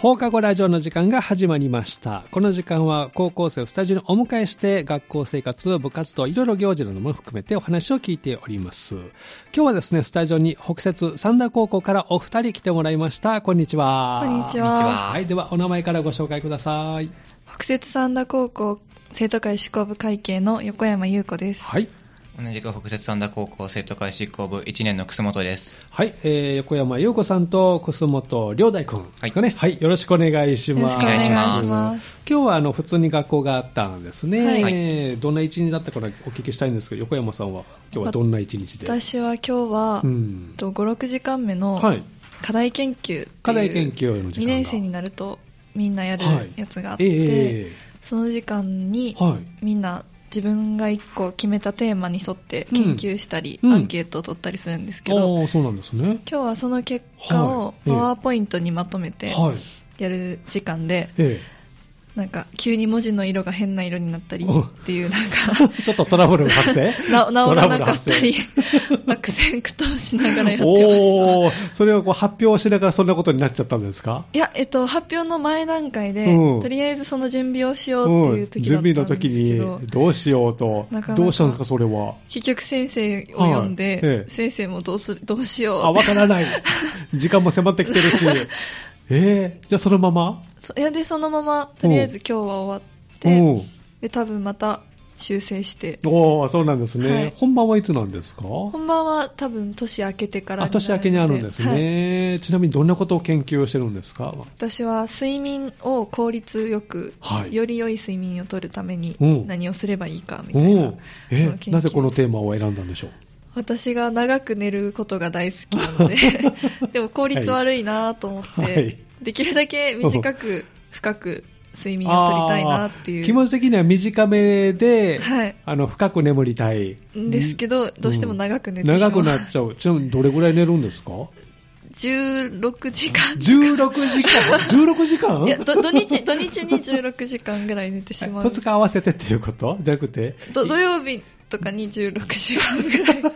放課後ラジオの時間が始まりました。この時間は高校生をスタジオにお迎えして、学校生活、部活動、いろいろ行事なども含めてお話を聞いております。今日はですね、スタジオに北節三田高校からお二人来てもらいました。こんにちは。こんにちは。は。はい、ではお名前からご紹介ください。北摂三田高校生徒会執行部会計の横山優子です。はい。同じく北摂三田高校生徒会執行部1年の楠本です。はい、えー、横山優子さんと楠本良大君ですかね、はい。よろしくお願いしよろましす。くお願いしお願いしま。ます今日はあの普通に学校があったんですね、はいえーどんな一日だったかお聞きしたいんですけど、横山さんは今日はどんな一日で、私は今日は、うんと5、6時間目のはい、課題研究っていう課題研究の時間が2年生になるとみんなやるはいやつがあっえて、えその時間にはい、みんな自分が1個決めたテーマに沿って研究したり、うんアンケートを取ったりするんですけど、ああそうなんですね、今日はその結果をはいええパワーポイントにまとめてはいやる時間で、え なんか急に文字の色が変な色になったりおっていうなんかえちょっとトラブルが発生 な直らなかっトたラブルり発悪戦苦闘しながらや生ってましたおおそれをこう発表しながらそんなことになっちゃったんですかいや、えっと、発表の前段階で、うんとりあえずその準備をしようっていう時だ準備っのたん時ですけど、にどうしようとなかなかどうしたんですかそれは結局先生を呼んはいで、ええ先生もどうするどうしようあわから ない時間も迫ってきてるしええじゃあそのままそいやでそのままとりあえず今日は終わってうんで多分また修正しておーそうなんですね、はい本番はいつなんですか本番は多分年明けてからあになるの年明けにあるんですはいね、ちなみにどんなことを研究をしてるんですか私は睡眠を効率よく、はいより良い睡眠をとるためにうん何をすればいいかおみたいなーえの研究なぜこのテーマを選んだんでしょう私が長く寝ることが大好きな のででも効率悪いなと思って、はいできるだけ短く深く睡眠をとりたいなっていあーう気持ち的には短めで、はいあの深く眠りたいんですけどどうしても長く寝てしまう、長くなっちゃうちなみにどれぐらい寝るんですか16時間16時間16時間いやど土日土日に16時間ぐらい寝てしまう2日合わせてっていうことじゃなくてど土曜日とかに16時間ぐらい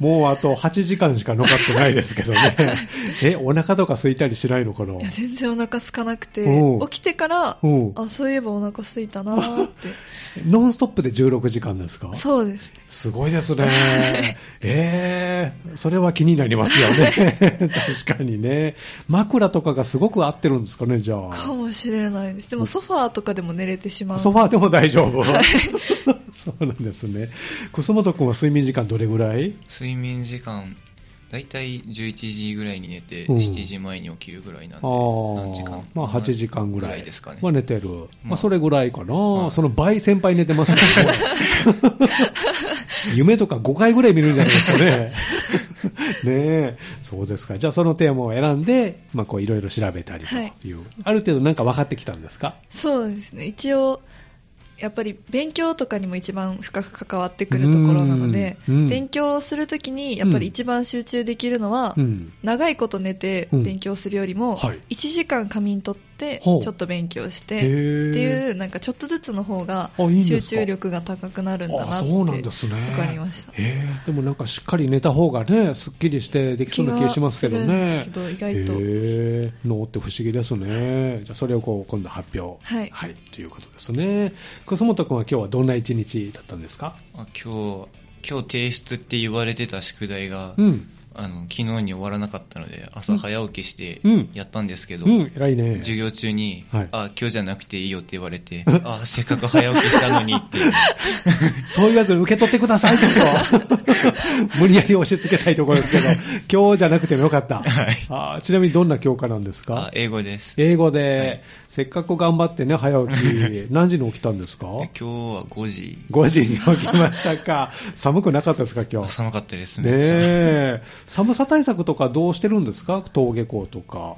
もうあと8時間しか残ってないですけど ねえお腹とか空いたりしないのかないや全然お腹空かなくておう起きてからおうあそういえばお腹空いたなーって ノンストップで16時間ですかそうですねすごいです ね。えー、それは気になりますよ ね。確かにね。枕とかがすごく合ってるんですかね、じゃかあ。もしれないですでもソファーとかでも寝れてしまうソファーでも大丈夫。 そうなんですね。楠本君は睡眠時間どれぐらい睡眠時間、だいたい11時ぐらいに寝て、うん7時前に起きるぐらいなんで、あー何時間まあ8時間ぐらいですかね。は寝てる。ままああそれぐらいかな。はいその倍先輩寝てますからね。 夢とか5回ぐらい見るんじゃないですかね。 ねえ。そうですか。じゃあそのテーマを選んで、まあこういろいろ調べたりという。ある程度なんか分かってきたんですかそうですね一応やっぱり勉強とかにも一番深く関わってくるところなので、うんうん勉強するときにやっぱり一番集中できるのは、うん。長いこと寝てうん勉強するよりも、はい1時間仮眠取ってちほょうっと勉強してへってーいうなんかちょっとずつの方があいいんで集すか中力が高くなるんだなあってそうなんですね。わかりましたへえでもなんかしっかり寝た方がね、すっきりしてできそうな気がしますけど気がするんね。ですけど意外とへえ脳って不思議ですね。じゃあそれをこう今度発表。はいということですね。楠本君は今日はどんな一日だったんですかあ今日、今日提出って言われてた宿題が、うん。あの昨日に終わらなかったので、朝早起きしてうんやったんですけど、うん、偉いね。授業中に、はいあ、今日じゃなくていいよって言われ て、あ、せっかく早起きしたのにっていう。そういうやつ受け取ってください、ちょっと。 無理やり押し付けたいところですけど、今日じゃなくてもよかった。はいあーちなみにどんな教科なんですあか英語です。英語で、せっかく頑張ってね、早起き、何時に起きたんですか今日は5時。 5時に起きましたか。 寒くなかったですか、今あ日。寒かったです、ねめっちゃ。え。寒さ対策とかどうしてるんですか登下校とか。も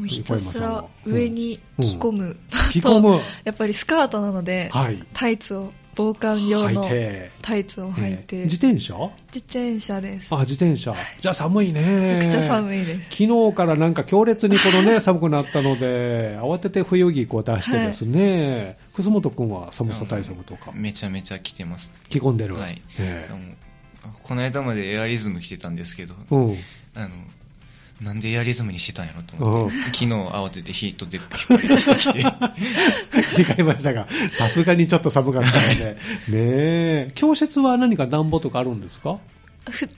うひたすらうん上に着込 む、着込むやっぱりスカートなので、はいタイツを防寒用の履いてタイツを履いて、ええ自自転車転車ですあ、自転車。じゃあ寒いね。めちゃくちゃい。寒いです、昨日からなんか強烈にこのね、 寒くなったので、慌てて冬着こう出してですね、楠本くんは寒さ対策とか、めちゃめちゃ着てます。着込んでる。はい。えでもこの間までエアリズム着てたんですけど、えうん。あの、なんでエアリズムにしてたんやろとお思うって、昨日慌ててヒートテッ プ引っ張り出してきて、違いましたが、さすがにちょっと寒かったの で、ねえ、教室は何か暖房とかあるんですかふ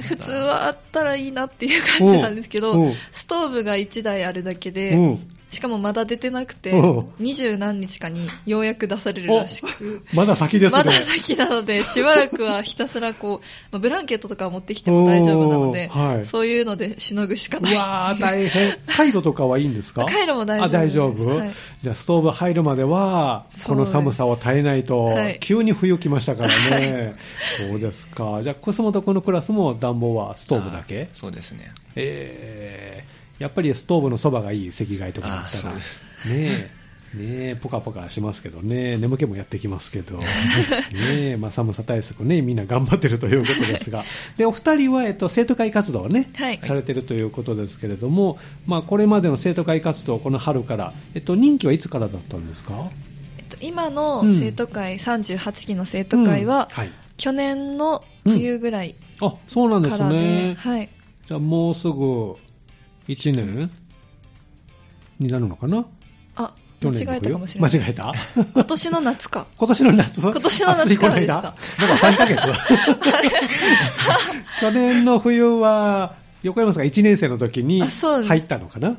普通はあったらいいなっていう感じなんですけうんうどん、ストーブが1台あるだけうで、ん、しかもまだ出てなくてうん、二十何日かにようやく出されるらしく、まだ先ですね。まだ先なの で、しばらくはひたすらこう、まあブランケットとかは持ってきても大丈夫なのでおーはい、そういうのでしのぐしかなうい。わー、大変。カイロとかはいいんですか カイロも大丈夫あ、大丈で夫、すはいじゃあ、ストーブ入るまでは、この寒さを耐えないと、はい急に冬来ましたからね。そうですか。じゃあ、コスモとこのクラスも暖房はストーブだあけそうですね。えー、やっぱりストーブのそばがいい赤外とかだあったそらうねですえねえポカポカしますけどね眠気もやってきますけど ねえ、まあ、寒さ対策ねみんな頑張ってるということですがでお二人は、えっと、生徒会活動をね、はいされてるということですけれども、まあ、これまでの生徒会活動この春から、えっと、任期はいつからだったんですかえっと今の生徒会、38期の生徒会はうん、はい、去年の冬ぐらいあそうなんでかすらで、ねはい、じゃあもうすぐ1年になるのかなあ去年の間違えたかもしれ冬な間い違えた今年の夏か今年の夏今年の夏からでした暑いこの間だから3ヶ月去年の冬は横山さんが1年生の時にあそうです入ったのかな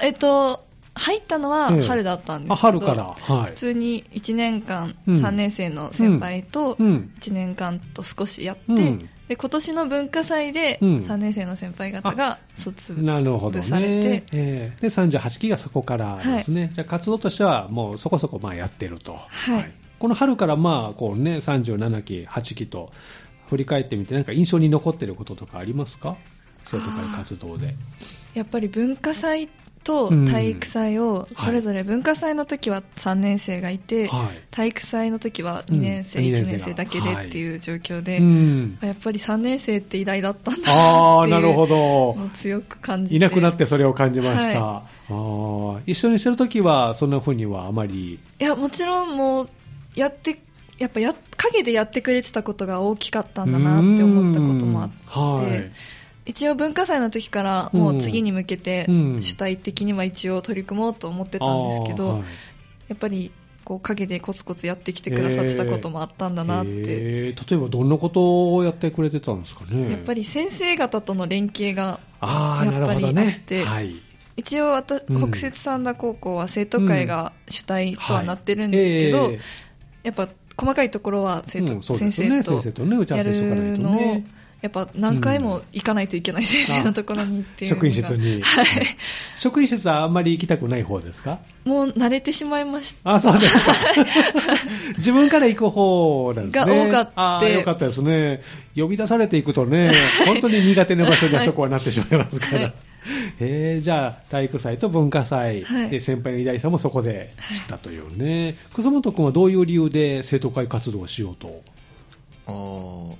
えっと入ったのはええ春だったんですけど、あ春からは普い通に1年間うん3年生の先輩とうん1年間と少しやって、うんで今年の文化祭でうん3年生の先輩方が卒なるほど部されてね、ええで38期がそこからですね、じゃあ活動としてはもうそこそこまあやってると、はいこの春からまあこう、ね、37期、8期と振り返ってみて、なんか印象に残ってることとかありますか、生徒会活動で。やっぱり文化祭とうん体育祭をそれぞれ文化祭の時は3年生がいて、はい体育祭の時は2年生、うん1 2年年生生だけでっていう状況で、うんあやっぱり3年生って偉大だったんだああ、なな ってるいうほどの。を強く感じていなくなってそれを感じました。はあー一緒にしてるときは、そんな風にはあまり。いやもちろんもうやってやっぱや陰でやってくれてたことが大きかったんだなって思ったこともあって、うんはい一応文化祭の時からもう次に向けてうん主体的には一応取り組もうと思ってたんですけど、やっぱりこう陰でコツコツやってきてくださってたこともあったんだなって、えー例えばどんなことをやってくれてたんですかね。やっぱり先生方との連携がああ、なるほどやっぱりあっね。てはい。一応わた、うん北摂三田高校は生徒会が主体とはなってるんですけど、はいえーやっぱ細かいところは生徒、うんそうで先すよね生と先生とね打ち合やわせしとかないるとのを、ねやっぱ何回も行かないといけない先生のところにって いうのが職員室に、職員室はあんまり行きたくない方ですかもう慣れてしまいましあそうです か自分から行く方なんですねが多かったあーよかったですね呼び出されていくと ね本当に苦手な場所にあそこはなってしまいますから、はいえーじゃあ体育祭と文化祭、はいで先輩の偉大さもそこで知ったというね楠本君はどういう理由で生徒会活動をしようと、おー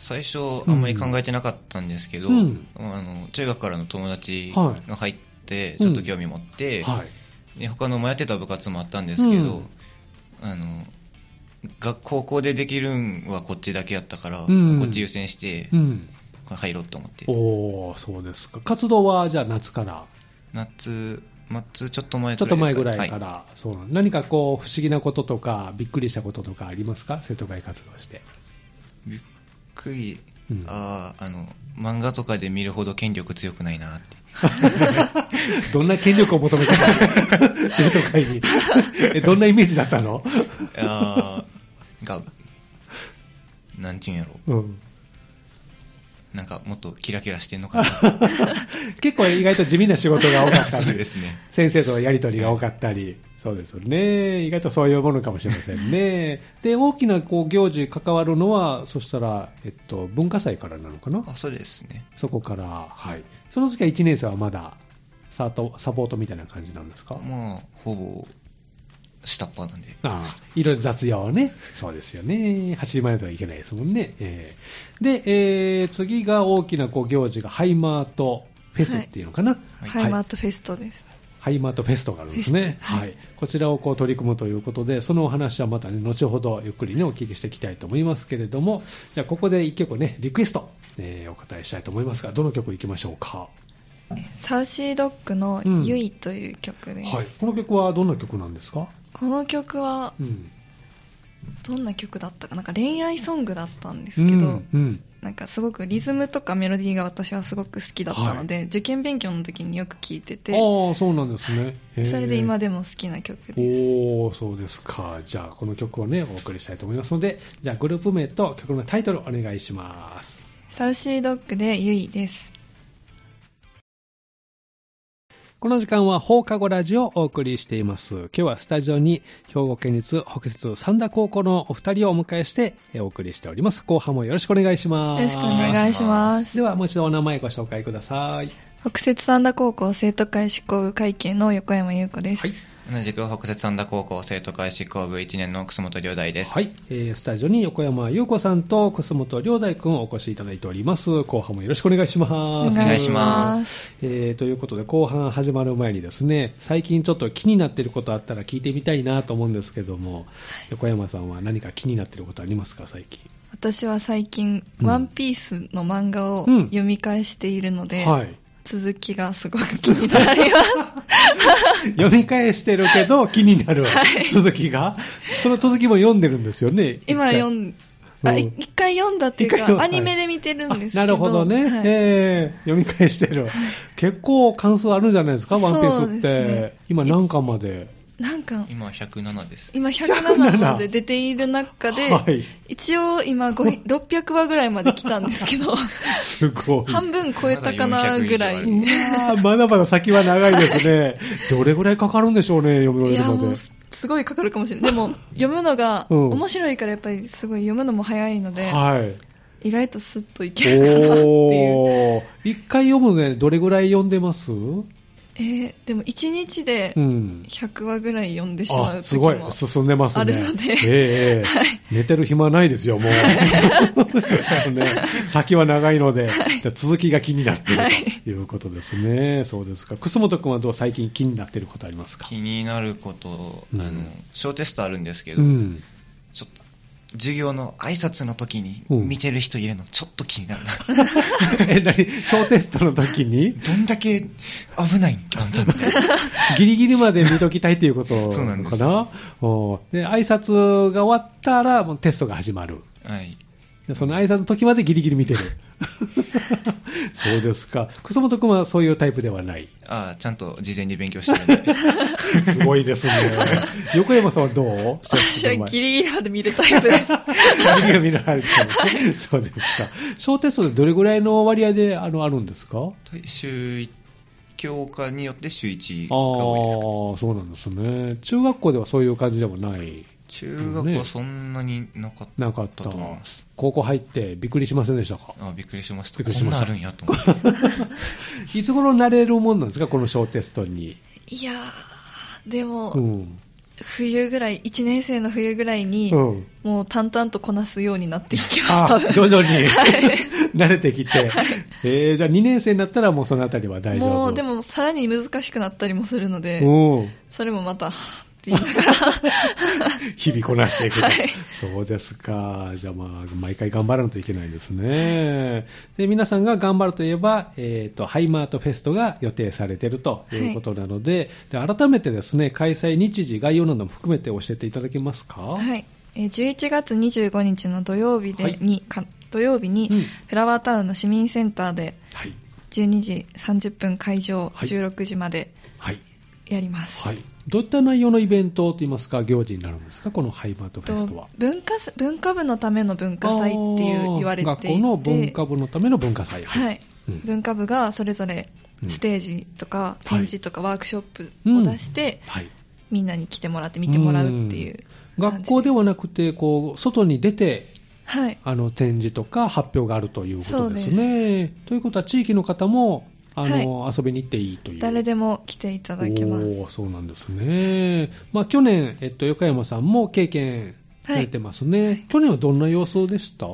最初あんまり考えてなかったんですけど、うんあの中学からの友達はいが入ってちょっと興味持って、はいで他の迷ってた部活もあったんですけど、うんあのが高校でできるんはこっちだけやったから、うんこっち優先して、うん、これ入ろうと思っておーそうですか活動はじゃあ夏から夏夏ちょっと前ちょっとくらいです前ぐらはいから、そうなの何かこう不思議なこととか、びっくりしたこととかありますか、生徒会活動して。びっくり、うんあああの漫画とかで見るほど権力強くない なってどんな権力を求めてたの生徒会 に。えどんなイメージだったの、あーなんかなんていうんやろうん、なんかもっとキラキラしてんのかな結構意外と地味な仕事が多かった そうりですね先生とのやり取りが多かったり、そうですよね、意外とそういうものかもしれませんね。で、大きなこう行事関わるのは、そしたら、えっと、文化祭からなのかなあそうですねそこから、はい、その時は1年生はまだサートサポートみたいな感じなんですか、まあほぼ下っ端なんでああいろいろ雑用はね、そうですよね、走り回らないといけないですもんね。ええで、えー次が大きなこう行事がハイマートフェスっていうのかな、た、はいハイマートフェストです、ハイマートフェストがあるんですね、フェストはいこちらをこう取り組むということで、そのお話はまた、ね、後ほどゆっくり、ね、お聞きしていきたいと思いますけれども、じゃあここで一曲ね、リクエストえーお答えしたいと思いますが、どの曲いきましょうか。サーシードッグのうん「ユイ」という曲です、はい、この曲はどんな曲なんですか、この曲はうん、どんな曲だったかなんか恋愛ソングだったんですけど、うんうんなんかすごくリズムとかメロディーが私はすごく好きだったので、受験勉強の時によく聴いててああそうなんですね、へーそれで今でも好きな曲ですおおそうですかじゃあこの曲をねお送りしたいと思いますのでじゃあグループ名と曲のタイトルお願いしますサウシードッグで「ユイ」ですこの時間は放課後ラジオをお送りしています今日はスタジオに兵庫県立北摂三田高校のお二人をお迎えしてお送りしております後半もよろしくお願いしよますろしくお願いしますではもう一度お名前ご紹介ください北摂三田高校生徒会執行部会計の横山優子です、はい同じく北摂三田高校生徒会執行部1年の楠本亮大です。はい、えースタジオに横山優子さんと楠本亮大君をお越しいただいております後半もよろしくお願いしますお願いしますえーということで後半始まる前にですね最近ちょっと気になっていることあったら聞いてみたいなと思うんですけども横山さんは何か気になっていることありますか最近私は最近「うんワンピースの漫画をうん読み返しているので、はい続きがすごく気になります読み返してるけど気にな る、続きがその続きも読んでるんですよね今読んあうんい一回読んだっていう一回かはアニメで見てるんですけどあなるほどね、はいえー読み返してる結構感想あるんじゃないですか「ワンピースそって、うですね今何巻までなんか今107です。今107まで出ている中で、 はい一応今ご600話ぐらいまで来たんです けどすごい半分超えたかなぐらい、まだ400以上あるうわーまだまだ先は長いですね。 どれぐらいかかるんでしょうね、読みい終えやるまもでう。すごいかかるかもしれないで も読むのがうん面白いからやっぱりすごい読むのも早いので、はい。意外とスッといけるかなっていう、おー。一回読むので、どれぐらい読んでますうえーでも1日でん。 100話ぐらい読んでしまあう、す時ごもい。進んでますね。あるのでええええ寝てる暇ないですよ、もう。 ちょっとね、先は長いので、じゃあ続きが気になっているということですね。そうですか。楠本君はどう最近気になっていることありますか気になること、うんあの、小テストあるんですけど、うん。 ちょっと、授業の挨拶の時にうん見てる人いるの、ちょっと気になるな。 え、何小テストの時にどんだけ危ないん あんたみたいな。 ギリギリまで見ときたいということなのかそうなんですおうで挨拶が終わったらもうテストが始まる。はい。でその挨拶の時までギリギリ見てる。 そうですか。楠本君はそういうタイプでは ない。ああ、ちゃんと事前に勉強してるんで。すごいですね。 横山さんはどう私はギリリギリまで見るタイプです。ギリが見られてるんですね。そうですか。小テストでどれぐらいの割合であのあるんですか週一教科によって週1あがあ多いですかー、そうなんですね。中学校ではそういう感じでもない。中学ね校そんなになかったなかったと思います。高校入ってびっくりしませんでしたかあびっくりしましびた。っくりこしんましなたんあるんやと思 って。いつ頃慣れるもんなんですか、この小テストに。 いやー、でも、うん。冬ぐらい、1年生の冬ぐらいに、うん。もう淡々とこなすようになっていきましあた。徐々に 慣れてきて、えー、じゃあ2年生になったらもうそのあたりは大丈夫もう、でも、さらに難しくなったりもするので、うん、それもまた、はぁって言い ながら、日々こなしていくと、はいそうですか、じゃあ、まあ、毎回頑張らないといけないですね、で皆さんが頑張るといえば、えーと、ハイマートフェストが予定されているということなので、で改めてですね開催日時、概要なども含めて教えていただけますか。はい。えー11月25日の土曜日で、はいにか土曜日に、うんフラワータウンの市民センターで、はい、 12時30分会場、はい16時まではいやります。はい、どういった内容のイベントといいますか、行事になるんですか、このハイマートフェストは。文化祭文化部のための文化祭っていう言われていて学校の文化部のための文化祭。はいうん文化部がそれぞれうんステージとかい展示とかワークショップを出して、はいみんなに来てもらって見てもらうっていう学校では、はなくて、こう、外に出て、はい、あの、展示とか発表があるということですね。ということは、地域の方も、あの、遊びに行っていいという。誰でも来ていただけまおーすそうなんですね。まあ、去年、えっと、横山さんも経験されてますね。はい去年はどんな様相でした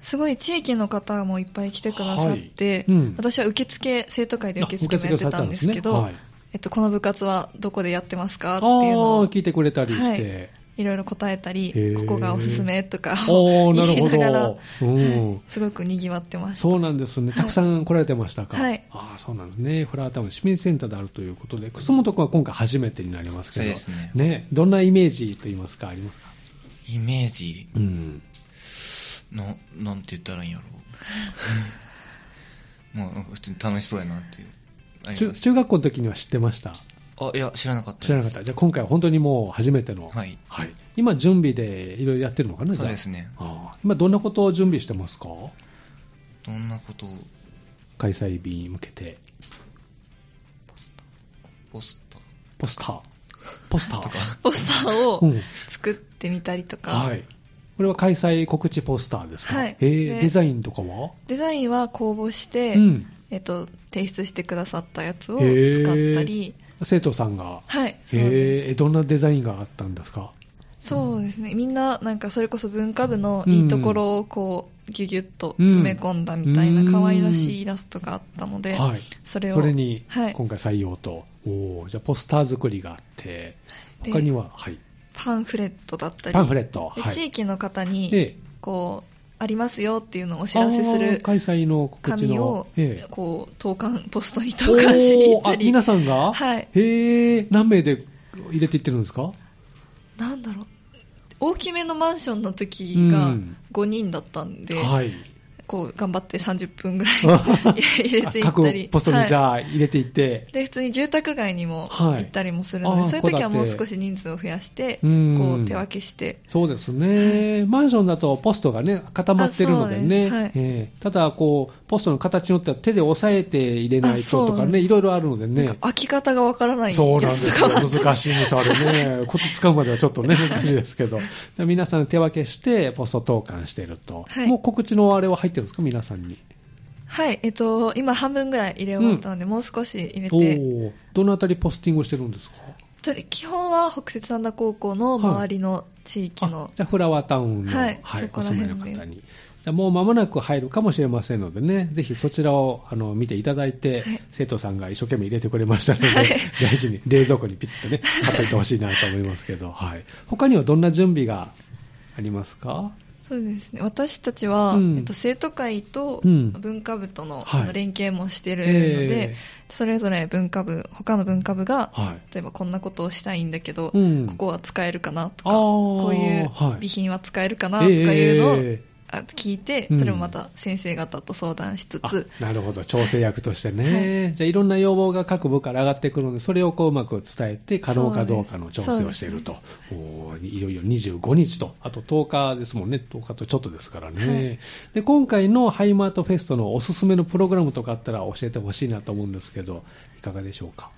すごい地域の方もいっぱい来てくださって、はいうん私は受付生徒会で受付もやあってたんですけど、はいえっと、この部活はどこでやってますかあっていうのあをー、聞いてくれたりして。はいいろいろ答えたりへ、ーここがおすすめとかおを ーな言いながるらほ、ど。うん。すごくにぎわってました。そうなんですね。はいたくさん来られてましたか。はいああ、そうなんですね。フラワータウン市民センターであるということで、楠本君は今回初めてになりますけど、そうですねどんなイメージと言いますか、ありますかイメージうん。の、なんて言ったらいいんやろう。 もう、普通に楽しそうやなっていう。あり中ます中学校の時には知ってましたあ、いや、知らなかったです知らなかった。じゃあ今回は本当にもう初めての。はい今準備でいろいろやってるのかな、じゃあそうですねああ今どんなことを準備してますかどんなことを、開催日に向けて。ポスターポスター。ポスター。ポスターうをん作ってみたりとか、はい。これは開催告知ポスターですかはいえー、でデザインとかはデザインは公募して、うん。えっと、提出してくださったやつをへ使ーったり、生徒さんが。はい、えそうです。ーどんなデザインがあったんですかそうですね。みんな、なんかそれこそ文化部のいいところをこう、ギュギュッと詰め込んだみたいうんな可愛らしいイラストがあったので、はい。それを。それに、はい今回採用と。おーじゃあポスター作りがあって、で他には、はい。パンフレットだったり、パンフレット。ではい。地域の方えに、えこう、ありますよっていうのをお知らせすあーる開催の告知紙のを、ええこう、投函、ポストに投函していっおーたあり皆、さんが、はいへえ何名で入れていってるんですかなんだろう、大きめのマンションの時うがん5人だったんで、はいこう、頑張って30分ぐらい 入れていあった各、りポストにじはゃあ入れていって、いで、普通に住宅街にもはい行ったりもするので、あーそういう時はもう戸建て少し人数を増やして、うんこう、手分けして、そうですね、マンションだとポストがね固まってるのでね、あそうですええただこう、ポストの形によっては手で押さえて入れないあとそうとかね、いろいろあるのでなんねか。開き方がわからないやそうなんでつすとよ。かもあって難しいんです、あれ ね。コツつかむまではちょっとね、難しいですけど。じゃあ皆さん手分けして、ポスト投函してると。はいもう告知のあれは入ってるんですか、皆さんに。 はい、えっと、今半分ぐらい入れ終わったので、もう少し入れおて、ーどのあたりポスティングしてるんですかそれ基本は北摂三田高校の周りの地域あの、じゃあフラワータウンの、はいそこおら住まい辺での方に。じゃあもう間もなく入るかもしれませんのでね、ぜひそちらをあの見ていただいて、はい生徒さんが一生懸命入れてくれましたので、はい 大事に冷蔵庫にピッとね、貼っておいてほしいなと思いますけど、はい、他にはどんな準備がありますかそうですね、私たちは、うんえっと、生徒会とうん文化部との,、はい連携もしてるのえでえ、それぞれ文化部、他の文化部が、はい例えばこんなことをしたいんだけど、うんここは使えるかなとか、あーこういうはい備品は使えるかなとかいうのを、ええあ聞いてう、んそれもまた先生方と相談しつあつ、なるほど、調整役としてね、じゃあいろんな要望が各部から上がってくるので、それをこううまく伝えて、可能かどうかの調整をしていると、おーいよいよ25日と、あと10日ですもんね、10日とちょっとですからね、はいで今回のハイマートフェストのおすすめのプログラムとかあったら教えてほしいなと思うんですけど、いかがでしょうか。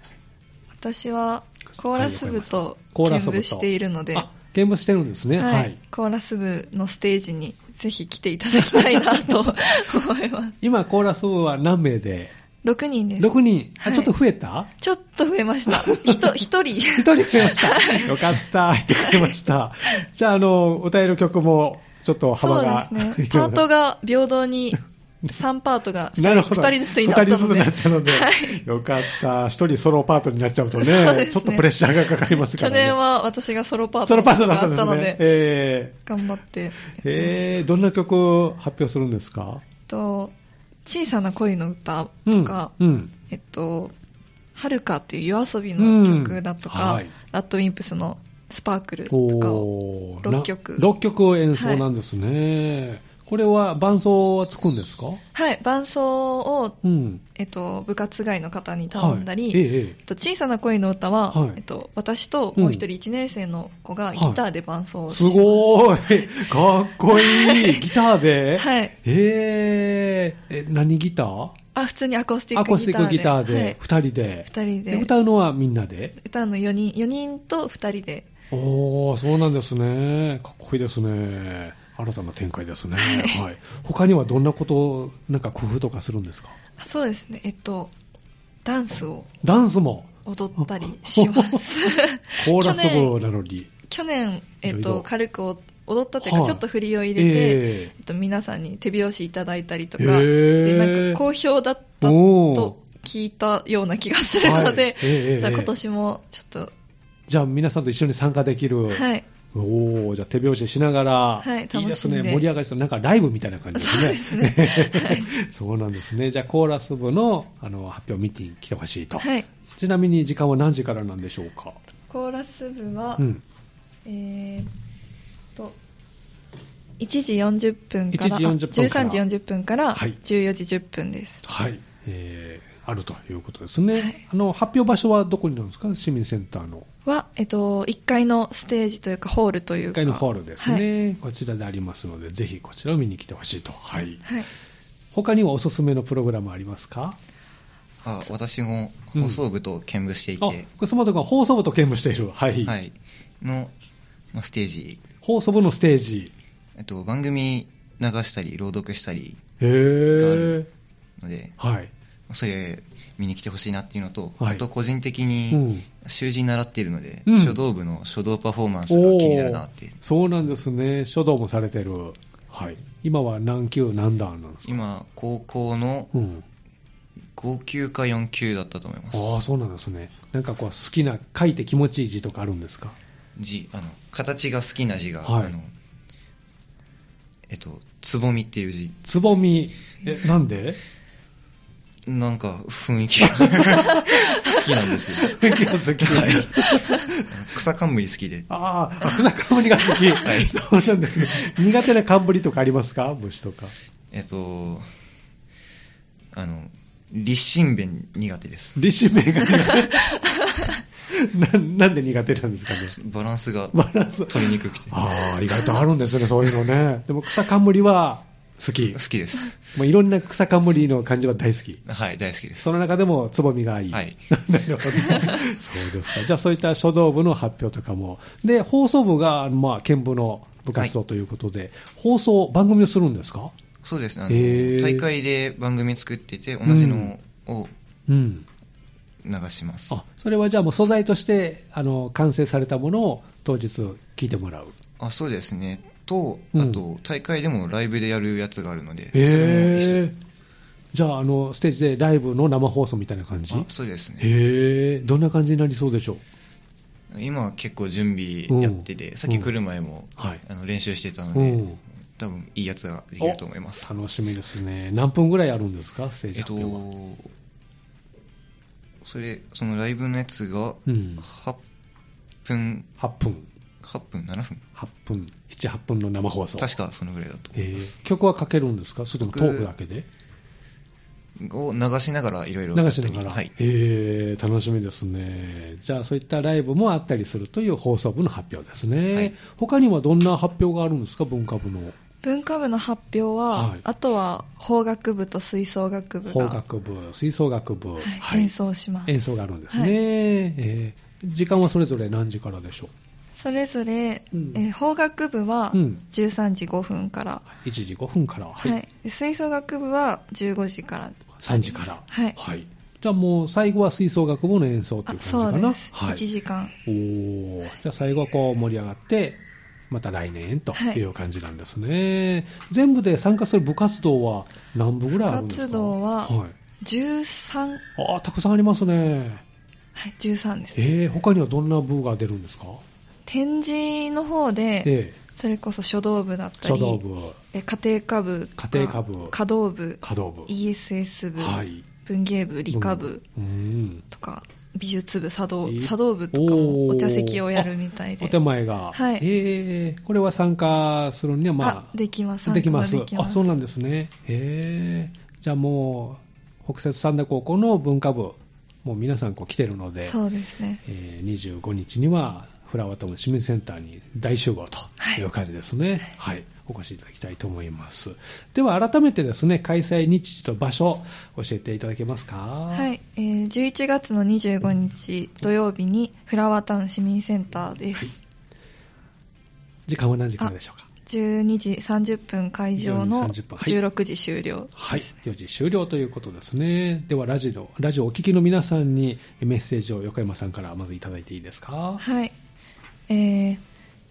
私はコーラス部とコーラ兼ス部と務しているので、あ見物してるんですね、はいはいコーラス部のステージにぜひ来ていただきたいなと思います。今、コーラス部は何名で、 6人です。 6人、あはいちょっと増えたちょっと増えました。ひと、一人。一人増えました。よかった、入ってくれました。じゃあ、あの、歌える曲も、ちょっとそ幅うでが。すね。パートが。が平等に3パートが なる2ほど。人ずつになったの二で。人ずつになったのではいよかった。一人ソロパートになっちゃうとねそうですねちょっとプレッシャーがかかりますか去らね。年は私がソロパーソトロのパート曲だがったあんっでたすのね。で、え頑張ってやってましーた。えーどんな曲を発表するんですかと、小さな恋の歌とか、うん。うんえっと、はるかっていう夜遊びの曲だとうんか、はいラッドウィンプスのスパークルとかをおー6曲な6曲を演奏なんですね。これは伴奏はつくんですかはい、伴奏を、うん。えっと、部活外の方に頼んだり、はい、えええええっと小さな恋の歌は、はいえっと、私ともう一人1年生の子がギターで伴奏をしすごーい。かっこいい。ギターで。 はい。えー、え、何ギターあ、普通にアコースティッアコークスギティタッークギで。ターはでい、 2人で。二人で。で歌うのはみんなで。歌うの4人、4人と2人で。おー、そうなんですね。かっこいいですね。新たな展開ですね。はい。他にはどんなことを、なんか工夫とかするんですかあそうですね、えっと、ダンスをダンスも、踊ったりします。コーラス部なのに。 去年、えっいろいろと、軽く踊ったというか、はいちょっと振りを入れて、ええっと、皆さんに手拍子いただいたりとか、へーしてなんか好評だったと聞いたような気がするのはいええで、ええじゃあ今年もちょっと、ーじゃあ皆さんと一緒に参加できる、はい、おおじゃあ手拍子しながら、はいいですね楽しんで盛り上がりそうなんかライブみたいな感じですね そうなんですねじゃあコーラス部のあの発表ミーティング来てほしいと、はい。ちなみに時間は何時からなんでしょうかコーラス部は、うん、えーっと、1時40分から、 1時40分から13時40分からはい14時10分です。はい、えー、あるということですね、はいあの発表場所はどこになるんですか市民センターのは、えっと、1階のステージというか、ホールというか。 1階のホールですはい。ね、こちらでありますのでぜひこちらを見に来てほしいとはいはい。他にはおすすめのプログラムありますかあ私も放送部と兼務していて、あ、これ、スマート君は放送部と兼務している。はい。はい、の、まあ、ステージ、放送部のステージ。えっと、番組流したり朗読したりへー。のではい。それ見に来てほしいなっていうのと、はいあと個人的うにん習字習っているので、うん書道部の書道パフォーマンスが気になるなっておーそうなんですね。書道もされてる。はい。今は何級何段なんですか今高校のうん。 5級か4級だったと思いますああ、そうなんですね。なんかこう、好きな、書いて気持ちいい字とかあるんですか字あの形が好きな字が、はいあのえっとつぼみっていう字つぼみ。え、なんでなんか雰囲気が好きなんですよ雰囲気が好き。草冠好きであーあ、草かぶりが 好き。そうなんですね。苦手な冠とかありますか虫 とか。えっとあの立身弁苦手です立身弁が苦手ななんで苦手なんですかねバランスがバランス取りにくくて好ああ意外とあるんですねそういうのねでも草冠は好ききですもういろんな草冠の感じは大好きはい大好きですその中でもつぼみがいい、はい なるほどそ うですかじゃあそういった書道部の発表とかもで放送部が、まあ、県部の部活動ということで、放送番組をするんですかそうですねあへのー大会で番組作ってて同じのをうん流します、あそれはじゃあもう素材としてあの完成されたものを当日聞いてもらうあそうですねとうんあと大会でもライブでやるやつがあるので、それも一緒へえじゃああのステージでライブの生放送みたいな感じあそうですねへえどんな感じになりそうでしょう今は結構準備やってて、うんさっき来る前も、はいあの練習してたのうでん、多分いいやつができると思います。楽しみですね何分ぐらいあるんですかステージえっ発と表は、、それ、そのライブのやつが、うん8分、 8分8分、7分8分78分の生放送確かそのぐらいだと思いへまえす。曲はかけるんですかそれともト僕ークだけでを流しながらいろいろ。流しながら、はい。へえ楽しみですねじゃあそういったライブもあったりするという放送部の発表ですね、はい他にはどんな発表があるんですか文化部の文化部の発表は、はいあとは法学部と吹奏楽部法が、学部吹奏楽部、はいはい演奏します。演奏があるんですね、はいえー時間はそれぞれ何時からでしょそれぞれ、うんえー法学部はうん13時5分からう、1時5分から、はいで吹奏楽部は15時から3時から、はいじゃあもう最後は吹奏楽部の演奏という感あじかそうなです、はい、 1時間おーじゃあ最後はこう盛り上がってまた来年とはいいう感じなんですね、全部で参加する部活動は何部ぐらいあるんですか部活動ははい、 13あーたくさんありますねはい13ですねえー、他にはどんな部が出るんですか展示の方で、えそれこそ書道部だった書り道部え家庭科部とか家庭科部華道部華道部 ESS 部、はい文芸部理科部うんとか美術部茶道いい茶道部とかもおーお茶席をやるみたいでお手前が、はいえーこれは参加するには、まあ、あできますできます参加があそうなんですね、へーじゃあもう、北摂三田高校の文化部、もう皆さんこう来てるので、そうですねえー25日にはフラワートム市民センターに大集合とはいいう感じですね、はいお越しいただきたいと思います。では改めてですね、開催日時と場所、教えていただけますか。ははい、えー11月の25日土曜日にフラワータウン市民センターです、時間は何時からでしょうか。 12時30分会場の12時30分はい16時終了、はい、4時終了ということですね。ではラジオ、ラジオをお聞きの皆さんにメッセージを横山さんからまずいただいていいですか。はい。えー、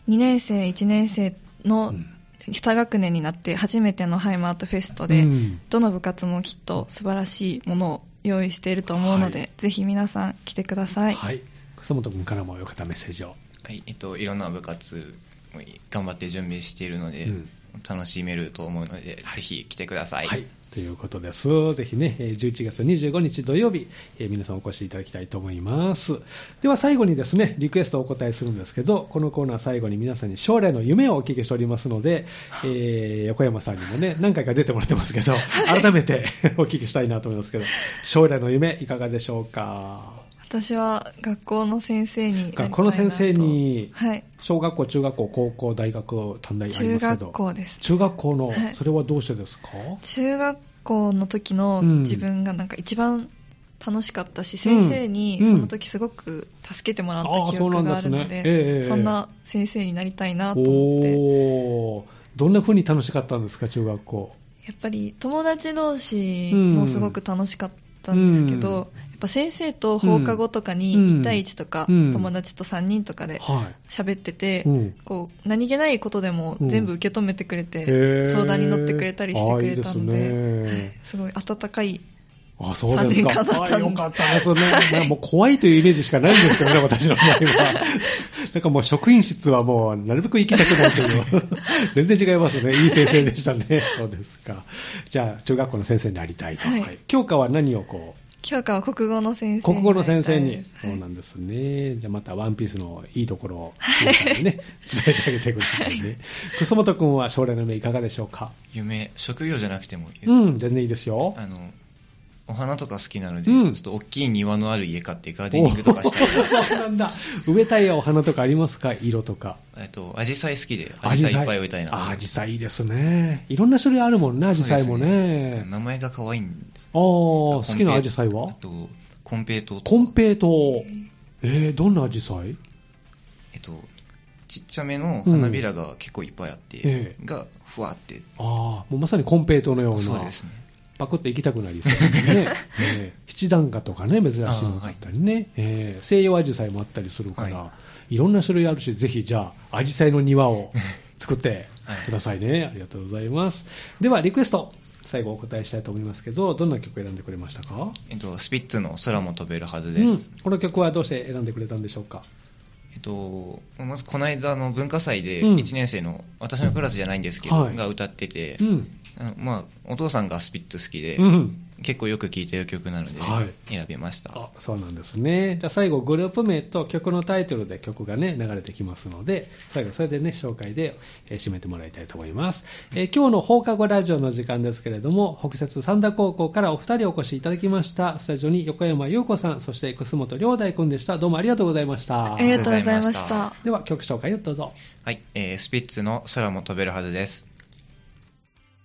2年生、1年生うのん2学年になって初めてのハイマートフェストで、うんどの部活もきっと素晴らしいものを用意していると思うので、はいぜひ皆さん来てくださ。はいい、楠本君からもよかったメッセージを。はい、えっと、いろんな部活頑張って準備しているので、うん楽しめると思うので、ぜひ来てください。はい、ということです。ぜひね、えー11月25日土曜日、えー皆さんお越しいただきたいと思います。では最後にですね、リクエストをお答えするんですけど、このコーナー最後に皆さんに将来の夢をお聞きしておりますので、えー横山さんにもね、何回か出てもらってますけど、改めて お聞きしたいなと思いますけど、将来の夢いかがでしょうか。私は学校の先生になりたいなと学校の先生にはい小学校、中学校、高校、大学、短大ありますけど中学校です中学校の、はいそれはどうしてですか中学校の時のうん自分がなんか一番楽しかったし、うん先生にその時すごく助けてもらった記憶がああーそるので、うなんですねええええそんな先生になりたいなと思っておーどんな風に楽しかったんですか、中学校。やっぱり友達同士もすごく楽しかったんですけど、うんやっぱ先生と放課後とかにうん1対1とか、うん友達と3人とかでは喋ってて、い。うんこう何気ないことでも全部受け止めてくれて、へー相談に乗ってくれたりしてくれたのであいいですねはいすごい温かいあ、そうですか。三人かなあ、よかったですね。まあもう怖いというイメージしかないんですけどね、私の場合は。なんかもう職員室はもうなるべく行きたくないと いう。全然違いますね。いい先生でしたね。そうですか。じゃあ、中学校の先生になりたいと。はいはい教科は何をこう教科は国語の先生国語の先生になに。りたそいうですなはいんですね。じゃあまたワンピースのいいところを皆さんにね、伝えてあげてくださいね。楠本君は将来の夢いかがでしょうか夢、職業じゃなくてもいいですか、うん、全然いいですよ。あの、お花とか好きなので、うんちょっと大きい庭のある家買ってガーデニングとかしたいです。おそうなんだ。植えたいお花とかありますか色とか。 えっと、アジサイ好きで、アジサイいっぱい植えたいなとあ、思いアまジす。サイいいですね。いろんな種類あるもんね、アジサイもそうですね。名前が可愛いんです。ああ、好きなアジサイあはと、コンペイトウとかコンペイトウ。えー、どんなアジサイえっと、ちっちゃめの花びらが結構いっぱいあって、ええがふわって、ああ、もうまさにコンペイトウのような。そうですね。パクって行きたくなりそうですね。えー七段花とかね、珍しいのがあったりね。えー西洋アジサイもあったりするから、、はいろんな種類あるし、ぜひじゃあ、アジサイの庭を作ってくださいね。ありがとうございます。では、リクエスト、最後お答えしたいと思いますけど、どんな曲を選んでくれましたかえっと、スピッツの空も飛べるはずうです。ん、この曲はどうして選んでくれたんでしょうかえっと、まずこの間の文化祭でうん1年生の、私のクラスじゃないんですけど、はいが歌ってて、うん。あのまあ、お父さんがスピッツ好きで、うん。結構よく聴いてる曲なのではい選びました、あそうなんですね。じゃあ最後、グループ名と曲のタイトルで曲がね、流れてきますので、最後、それでね、紹介で、えー締めてもらいたいと思います。えー今日の放課後ラジオの時間ですけれども、北節三田高校からお二人お越しいただきました。スタジオに横山優子さん、そして楠本良大君でした。どうもありがとうございました。ありがとうございまありがとうございまししたたでは、曲紹介をどうぞ。はい、えースピッツの空も飛べるはずです